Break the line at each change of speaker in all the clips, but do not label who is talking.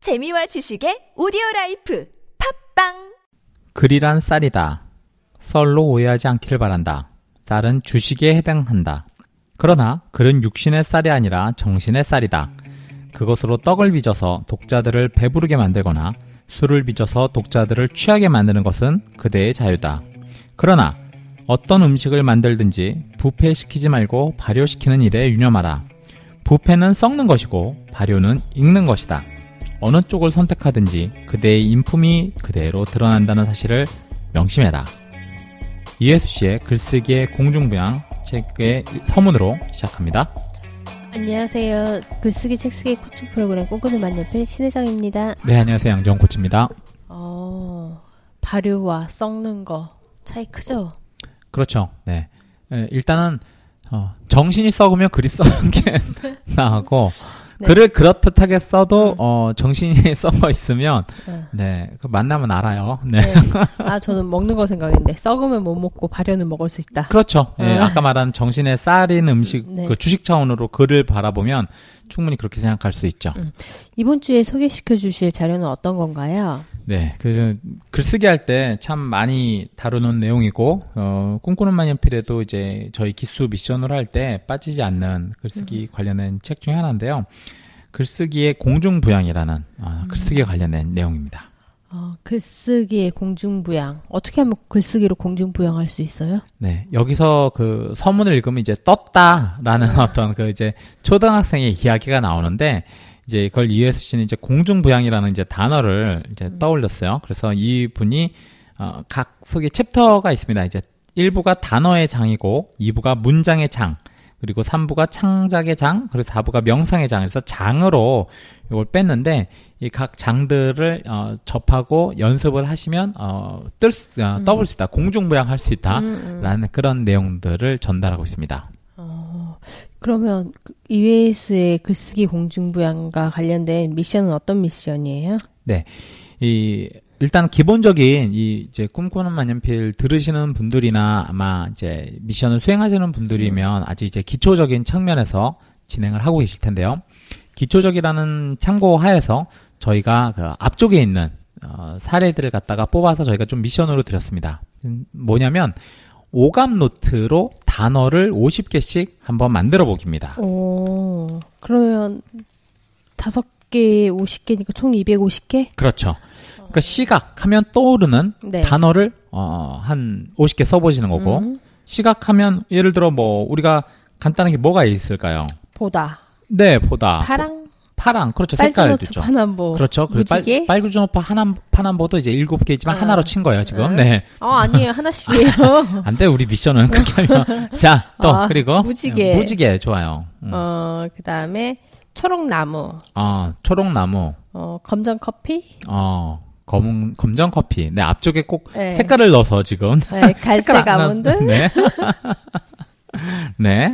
재미와 지식의 오디오 라이프 팝빵
글이란 쌀이다. 썰로 오해하지 않기를 바란다. 쌀은 주식에 해당한다. 그러나 글은 육신의 쌀이 아니라 정신의 쌀이다. 그것으로 떡을 빚어서 독자들을 배부르게 만들거나 술을 빚어서 독자들을 취하게 만드는 것은 그대의 자유다. 그러나 어떤 음식을 만들든지 부패시키지 말고 발효시키는 일에 유념하라. 부패는 썩는 것이고 발효는 익는 것이다. 어느 쪽을 선택하든지 그대의 인품이 그대로 드러난다는 사실을 명심해라. 이혜수 씨의 글쓰기의 공중부양 책의 서문으로 시작합니다.
안녕하세요. 글쓰기 책쓰기 코칭 프로그램 꿈꾸는 만년필 신혜정입니다.
네, 안녕하세요. 양정 코치입니다.
어, 발효와 썩는 거 차이 크죠?
그렇죠. 네. 에, 일단은 어, 정신이 썩으면 글이 썩는 게 나하고
네.
글을 그렇듯하게 써도
음.
어, 정신이 썩어 있으면
음.
네, 그 만나면 알아요. 네.
네. 아, 저는 먹는 거 생각인데 썩으면 못 먹고 발효는 먹을 수 있다.
그렇죠. 예,
음.
아까 말한 정신에 쌀인 음식,
네.
그 주식 차원으로 글을 바라보면 충분히 그렇게 생각할 수 있죠.
음. 이번 주에 소개시켜 주실 자료는 어떤 건가요?
네, 그 글쓰기 할 때 참 많이 다루는 내용이고 어, 꿈꾸는 만년필에도 이제 저희 기수 미션으로 할 때 빠지지 않는
음.
글쓰기 관련된 책 중에 하나인데요. 글쓰기의 공중부양이라는 아, 글쓰기에 관련된 내용입니다.
어, 글쓰기의 공중부양. 어떻게 하면 글쓰기로 공중부양할 수 있어요?
네, 여기서 그 서문을 읽으면 이제 떴다라는 어떤 그 이제 초등학생의 이야기가 나오는데 이제 그걸 이혜수 씨는 이제 공중부양이라는 이제 단어를 이제 떠올렸어요. 그래서 이 분이 어, 각 속에 챕터가 있습니다. 이제 1부가 단어의 장이고 2부가 문장의 장 그리고 3부가 창작의 장 그리고 4부가 명상의 장 그래서 장으로 이걸 뺐는데 이 각 장들을 어, 접하고 연습을 하시면 어, 뜰 수, 어, 떠볼 수 있다. 공중부양할 수 있다.
음, 음.
라는 그런 내용들을 전달하고 있습니다.
어, 그러면 이외수의 글쓰기 공중부양과 관련된 미션은 어떤 미션이에요?
이 일단 기본적인 이 이제 꿈꾸는 만년필 들으시는 분들이나 아마 이제 미션을 수행하시는 분들이면 아직 이제 기초적인 측면에서 진행을 하고 계실 텐데요. 기초적이라는 참고 하에서 저희가 그 앞쪽에 있는 어, 사례들을 갖다가 뽑아서 저희가 좀 미션으로 드렸습니다. 음, 뭐냐면 오감 노트로 단어를 50개씩 한번 만들어 보기입니다.
오, 그러면 다섯 개, 50개니까 총 250개?
그렇죠. 그러니까 시각 하면 떠오르는
네.
단어를 뭐? 어, 한 50개 써보시는 거고
음,
시각하면 예를 들어 뭐 우리가 간단하게 뭐가 있을까요?
보다.
네 보다
파랑,
파랑 그렇죠 색깔
빨주노트,
있죠.
파남보.
그렇죠. 그리고
무지개?
빨, 빨주노 파 하남 파남보도 이제 일곱 개 있지만
아.
하나로 친 거예요 지금.
아.
네.
어, 아니에요. 하나씩이에요.
안돼 우리 미션은 그렇게 하면 자 또
아,
그리고 네,
무지개.
무지개 좋아요. 음. 어.
어, 그 다음에 초록나무,
초록나무
어, 검정커피,
어 검은 검정 커피. 네 앞쪽에 꼭
네.
색깔을 넣어서 지금
네, 갈색
색깔 안
아몬드,
나- 네. 네.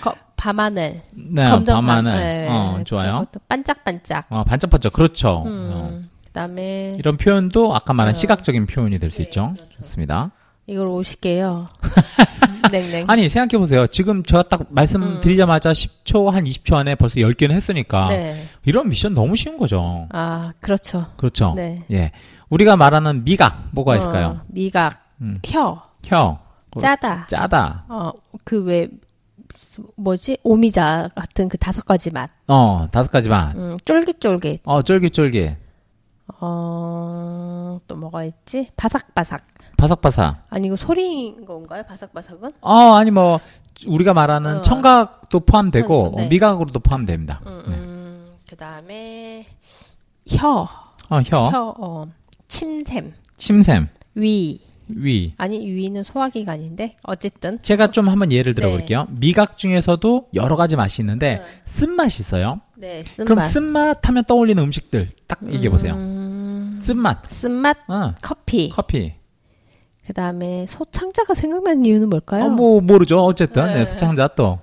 거- 밤하늘,
네,
검정
밤하늘.
밤- 네,
어, 좋아요.
그것도 반짝반짝.
어, 반짝반짝. 그렇죠. 어,
음, 그 다음에
이런 표현도 아까 말한
어. 네, 그렇죠.
시각적인 표현이 될 수 있죠. 좋습니다.
이걸 50개요. 냉랭.
아니, 생각해보세요. 지금 제가 딱 말씀드리자마자 10초, 한 20초 안에 벌써 10개는 했으니까.
음. 네.
이런 미션 너무 쉬운 거죠.
아, 그렇죠.
그렇죠.
네.
예. 우리가 말하는 미각, 뭐가 있을까요?
어, 미각,
음.
혀,
혀, 그-
짜다.
짜다.
어, 그 왜 뭐지? 오미자 같은 그 다섯 가지 맛.
어, 다섯 가지 만
음, 쫄깃쫄깃.
어, 쫄깃쫄깃.
어, 또 뭐가 있지? 바삭바삭.
바삭바삭.
아니 이거 소리인 건가요? 바삭바삭은?
어, 아니, 뭐, 우리가 말하는
어.
청각도 포함되고,
네.
어, 미각으로도 포함됩니다.
음, 음, 그다음에 혀.
어, 혀,
혀. 어. 침샘.
침샘,
위.
위.
아니 위는 소화기관인데 어쨌든
제가 좀 한번 예를 들어
네.
볼게요. 미각 중에서도 여러 가지 맛이 있는데 쓴맛이 있어요.
네,
그럼
쓴맛.
쓴맛 하면 떠올리는 음식들 딱 얘기해 보세요.
음,
쓴맛.
쓴맛
어,
커피.
커피.
그다음에 소창자가 생각나는 이유는 뭘까요?
어, 뭐 모르죠. 어쨌든
네.
네, 소창자 또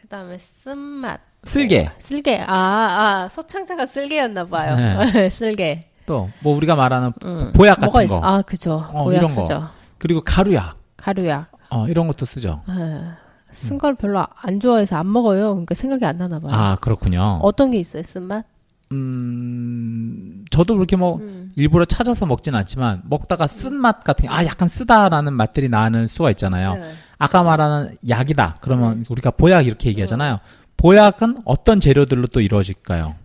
그다음에 쓴맛. 네.
쓸개.
쓸개. 아, 아, 소창자가 쓸개였나 봐요. 쓸개.
또 뭐 우리가 말하는
음.
네. 보약 같은
뭐가
거.
있어? 아, 그죠.
어,
보약
이런 거.
쓰죠.
그리고 가루약.
가루약.
어, 이런 것도 쓰죠.
아,
음.
쓴 걸 별로 안 좋아해서 안 먹어요. 그러니까 생각이 안 나나 봐요.
아, 그렇군요.
어떤 게 있어요, 쓴맛?
음, 저도 그렇게 뭐
음.
일부러 찾아서 먹진 않지만 먹다가 쓴맛 같은 아 약간 쓰다라는 맛들이 나는 수가 있잖아요.
네.
아까 말하는 약이다. 그러면
네.
우리가 보약 이렇게 얘기하잖아요. 보약은 어떤 재료들로 또 이루어질까요?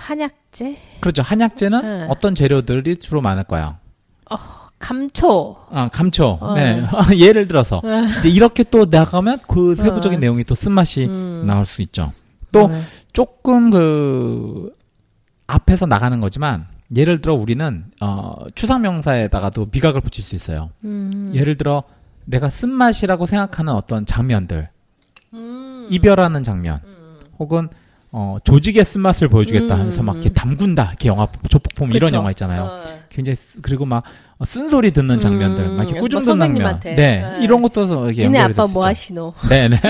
한약재,
그렇죠. 한약재는
네.
어떤 재료들이 주로 많을까요?
감초.
아, 감초.
어.
네. 예를 들어서
네.
이제 이렇게 또 나가면 그 세부적인
어.
내용이 또 쓴맛이
음.
나올 수 있죠. 또
네.
조금 그 앞에서 나가는 거지만 예를 들어 우리는 어, 추상명사에다가도 미각을 붙일 수 있어요.
음.
예를 들어 내가 쓴맛이라고 생각하는 어떤 장면들,
음.
이별하는 장면, 혹은 어, 조직의 쓴맛을 보여주겠다
음,
해서 막
음.
이렇게 담군다, 이렇게 영화 조폭품 이런
그쵸.
영화 있잖아요.
어.
굉장히 쓰- 그리고 막 어, 쓴소리 듣는 장면들,
음,
막 이렇게
뭐
꾸중 듣는 장면,
선생님한테.
네,
네.
이런 것도 이렇게
니네
연결이
아빠
될수
뭐
있죠.
하시노?
네네.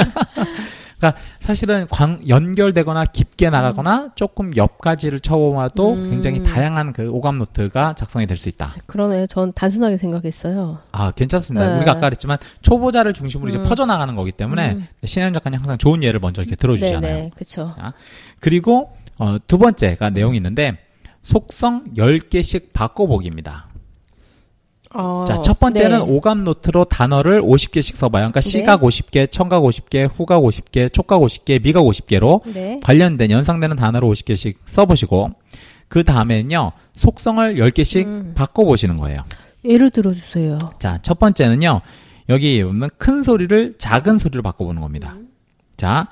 그러니까 사실은 광- 연결되거나 깊게 나가거나 조금 옆까지를 쳐보아도
음.
굉장히 다양한 그 오감 노트가 작성이 될 수 있다.
그러네요. 전 단순하게 생각했어요.
아 괜찮습니다.
네.
우리가 아까 그랬지만 초보자를 중심으로
음.
이제 퍼져나가는 거기 때문에
음.
신현 작가님 항상 좋은 예를 먼저 이렇게 들어주잖아요.
네네, 그쵸.
그리고 어, 두 번째가 내용이 있는데 속성 10개씩 바꿔보기입니다.
어,
자, 첫 번째는
네.
오감 노트로 단어를 50개씩 써봐요. 그러니까 시각 50개, 청각 50개, 후각 50개, 촉각 50개, 미각 50개로
네.
관련된 연상되는 단어를 50개씩 써보시고 그 다음에는요 속성을 10개씩
음.
바꿔보시는 거예요.
예를 들어주세요.
자, 첫 번째는요 여기 보면 큰 소리를 작은 소리로 바꿔보는 겁니다.
음.
자,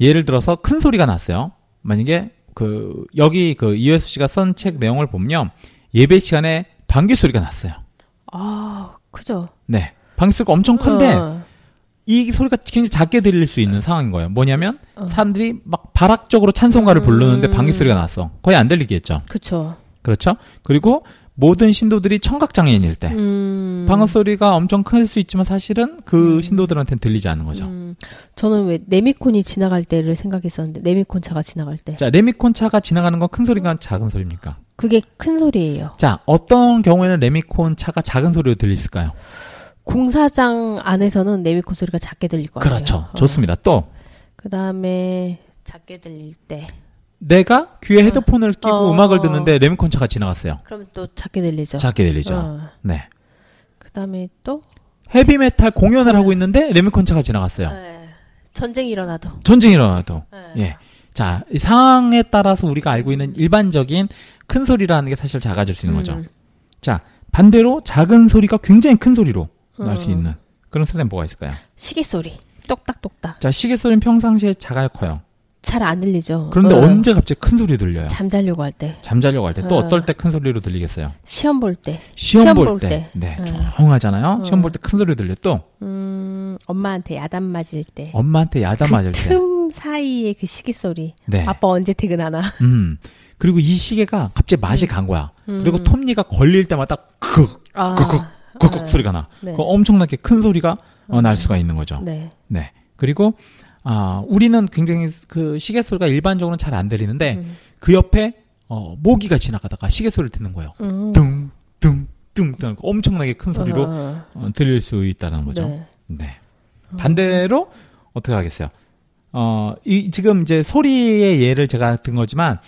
예를 들어서 큰 소리가 났어요. 만약에 그 여기 그 이회수 씨가 쓴 책 내용을 보면요 예배 시간에 방귀 소리가 났어요.
아, 그죠.
네, 방귀 소리가 엄청 큰데
어,
이 소리가 굉장히 작게 들릴 수 있는 상황인 거예요. 뭐냐면
어.
사람들이 막 발악적으로 찬송가를
음.
부르는데 방귀 소리가 났어. 거의 안 들리겠죠.
그쵸.
그렇죠? 그리고 모든 신도들이 청각 장애인일 때
음.
방음 소리가 엄청 클 수 있지만 사실은 그
음.
신도들한테는 들리지 않는 거죠.
음, 저는 왜 네미콘이 지나갈 때를 생각했었는데 네미콘 차가 지나갈 때
자, 레미콘 차가 지나가는 건 큰 소리가 작은 소리입니까?
그게 큰 소리예요.
자, 어떤 경우에는 레미콘 차가 작은 소리로 들릴까요?
공사장 안에서는 네미콘 소리가 작게 들릴 거예요. 어.
그렇죠. 좋습니다. 또
그 다음에 작게 들릴 때
내가 귀에 헤드폰을 끼고
어.
음악을 듣는데 레미콘 차가 지나갔어요.
그럼 또 작게 들리죠.
작게 들리죠.
어.
네.
그 다음에 또
헤비메탈 공연을 하고 있는데 레미콘 차가 지나갔어요.
네. 전쟁이 일어나도
전쟁이 일어나도.
네.
예. 자, 이 상황에 따라서 우리가 알고 있는 일반적인 큰 소리라는 게 사실 작아질 수 있는 거죠.
음.
반대로 작은 소리가 굉장히 큰 소리로 날 수
음.
있는 그런 소리는 뭐가 있을까요?
시계 소리 똑딱똑딱
자, 시계 소리는 평상시에 작아요, 커요.
잘 안 들리죠.
그런데
어.
언제 갑자기 큰 소리 들려요?
잠자려고 할 때
잠자려고 할 때 또
어.
어떨 때 큰 소리로 들리겠어요?
시험 볼 때
시험,
시험
볼
볼
때.
때.
네,
어.
조용하잖아요.
어.
시험 볼 때 큰 소리로 들려. 또
음, 엄마한테 야단 맞을 때
엄마한테 야단 맞을 때.
틈 사이에 그 시계 소리
네.
아빠 언제 퇴근하나
음. 그리고 이 시계가 갑자기 맛이 간 거야.
음.
그리고 그, 톱니가 걸릴 때마다 크크
아,
쿡쿡, 쿡쿡
네.
소리가 나.
네. 음.
그 엄청나게 큰 소리가 어, 날 수가 있는 거죠.
네.
네. 그리고 아, 우리는 굉장히 그 시계 소리가 일반적으로는 잘 안 들리는데
음.
그 옆에 어, 모기가 지나가다가 시계 소리를 듣는 거예요.
음.
둥둥둥 둥 엄청나게 큰 소리로
어,
어, 들릴 수 있다는 거죠. 네.
네. 어.
반대로 어떻게 하겠어요? 어, 이 지금 이제 소리의 예를 제가 든 거지만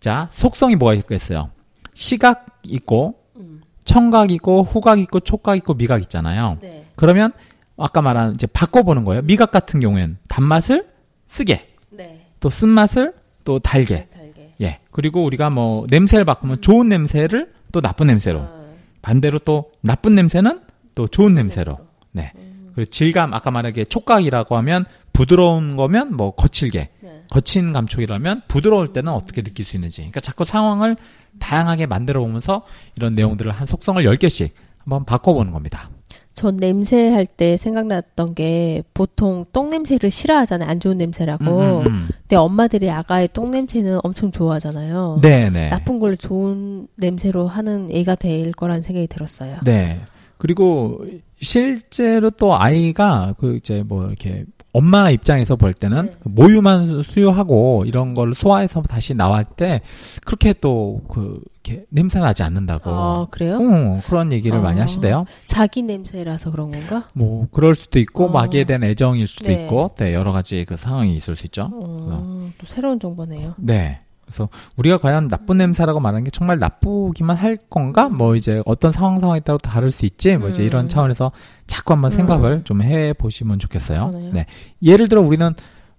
자, 속성이 뭐가 있겠어요? 시각 있고
음.
청각 있고 후각 있고 촉각 있고 미각 있잖아요.
네.
그러면 아까 말한 이제 바꿔보는 거예요. 미각 같은 경우에는 단맛을 쓰게,
네.
또 쓴맛을 또 달게.
달게.
예. 그리고 우리가 뭐 냄새를 바꾸면 좋은 냄새를 또 나쁜 냄새로.
어,
반대로 또 나쁜 냄새는 또 좋은 냄새로. 네. 그리고 질감 아까 말하게 촉각이라고 하면 부드러운 거면 뭐 거칠게.
네.
거친 감촉이라면 부드러울 때는 어떻게 느낄 수 있는지. 그러니까 자꾸 상황을 다양하게 만들어 보면서 이런 내용들을 한 속성을 10개씩 한번 바꿔 보는 겁니다.
전 냄새 할 때 생각났던 게 보통 똥 냄새를 싫어하잖아요. 안 좋은 냄새라고.
음, 음, 음.
근데 엄마들이 아가의 똥 냄새는 엄청 좋아하잖아요.
음. 네네.
나쁜 걸 좋은 냄새로 하는 애가 될 거란 생각이 들었어요.
네. 그리고 실제로 또 아이가 그 이제 뭐 이렇게 엄마 입장에서 볼 때는
네.
그 모유만 수유하고 이런 걸 소화해서 다시 나올 때 그렇게 또 그 이렇게 냄새 나지 않는다고.
아, 그래요?
어, 그런 얘기를
어.
많이 하시대요.
자기 냄새라서 그런 건가?
뭐 그럴 수도 있고
어.
막 아기에 대한 애정일 수도
네.
있고, 네 여러 가지 그 상황이 있을 수 있죠.
어, 또 새로운 정보네요.
네. 그래서 우리가 과연 나쁜 냄새라고 말하는 게 정말 나쁘기만 할 건가? 뭐 이제 어떤 상황 상황에 따라 다를 수 있지. 뭐 이제
음.
이런 차원에서 자꾸 한번
음.
생각을 좀 해 보시면 좋겠어요.
그러네요.
네. 예를 들어 우리는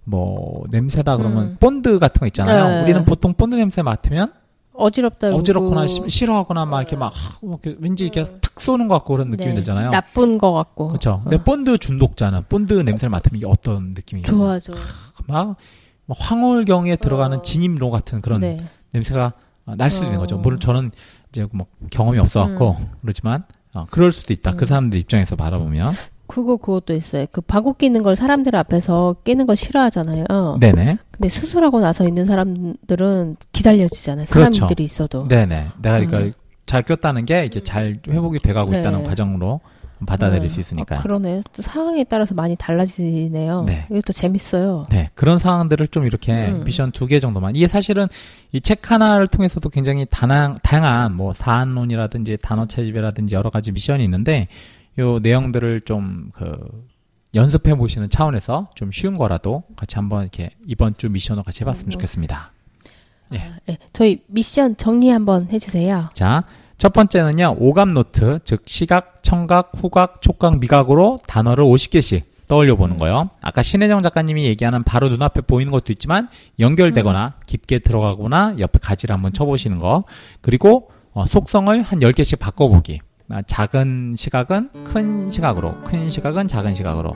뭐 냄새다 그러면
음.
본드 같은 거 있잖아요.
네.
우리는 보통 본드 냄새 맡으면
어지럽다.
어지럽거나
그러고.
시- 싫어하거나 막 이렇게 막 하- 뭐 이렇게 왠지 이렇게 탁 쏘는 것 같고 그런 느낌이
음. 네.
들잖아요.
나쁜 거 같고.
그렇죠. 근데
어.
본드 중독자는 본드 냄새를 맡으면 이게 어떤 느낌이 있어요?
좋아 좋아.
막, 막 황홀경에 들어가는
어.
진입로 같은 그런
네.
냄새가 어, 날 수도 있는 거죠.
어.
물론 저는 이제 뭐 경험이 없어갖고 그렇지만 어, 그럴 수도 있다. 그
음.
사람들 입장에서 바라보면
그거 그것도 있어요. 그 바구 끼는 걸 사람들 앞에서 끼는 걸 싫어하잖아요.
네네
근데 수술하고 나서 있는 사람들은 기다려지잖아요. 사람들이
그렇죠.
있어도.
네네 내가 그러니까
음.
잘 꼈다는 게 이게 잘 회복이 돼가고
네.
있다는 과정으로 받아들일
음.
수 있으니까.
아, 그러네요. 또 상황에 따라서 많이 달라지네요.
네.
이것도 재밌어요.
네, 그런 상황들을 좀 이렇게
음.
미션 두 개 정도만. 이게 사실은 이 책 하나를 통해서도 굉장히 다양, 다양한 뭐 사안론이라든지 단어 채집이라든지 여러 가지 미션이 있는데 요 내용들을 좀 그 연습해 보시는 차원에서 좀 쉬운 거라도 같이 한번 이렇게 이번 주 미션으로 같이 해봤으면
음.
좋겠습니다.
아, 예. 저희 미션 정리 한번 해주세요.
자, 첫 번째는요, 오감 노트, 즉 시각, 청각, 후각, 촉각, 미각으로 단어를 50개씩 떠올려 보는 거예요. 아까 신혜정 작가님이 얘기하는 바로 눈앞에 보이는 것도 있지만 연결되거나 깊게 들어가거나 옆에 가지를 한번 쳐보시는 거. 그리고 어, 속성을 한 10개씩 바꿔보기. 아, 작은 시각은 큰 시각으로, 큰 시각은 작은 시각으로.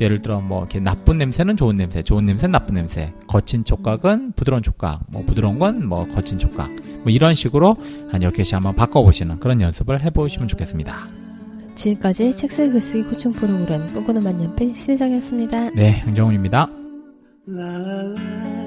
예를 들어 뭐 이렇게 나쁜 냄새는 좋은 냄새, 좋은 냄새는 나쁜 냄새, 거친 촉각은 부드러운 촉각, 뭐 부드러운 건 뭐 거친 촉각. 뭐 이런 식으로 한 10개씩 한번 바꿔보시는 그런 연습을 해보시면 좋겠습니다.
지금까지 책쓰기 글쓰기 코칭 프로그램 꿈꾸는 만년필 신혜정이었습니다.
네, 흥정훈입니다.
La la la.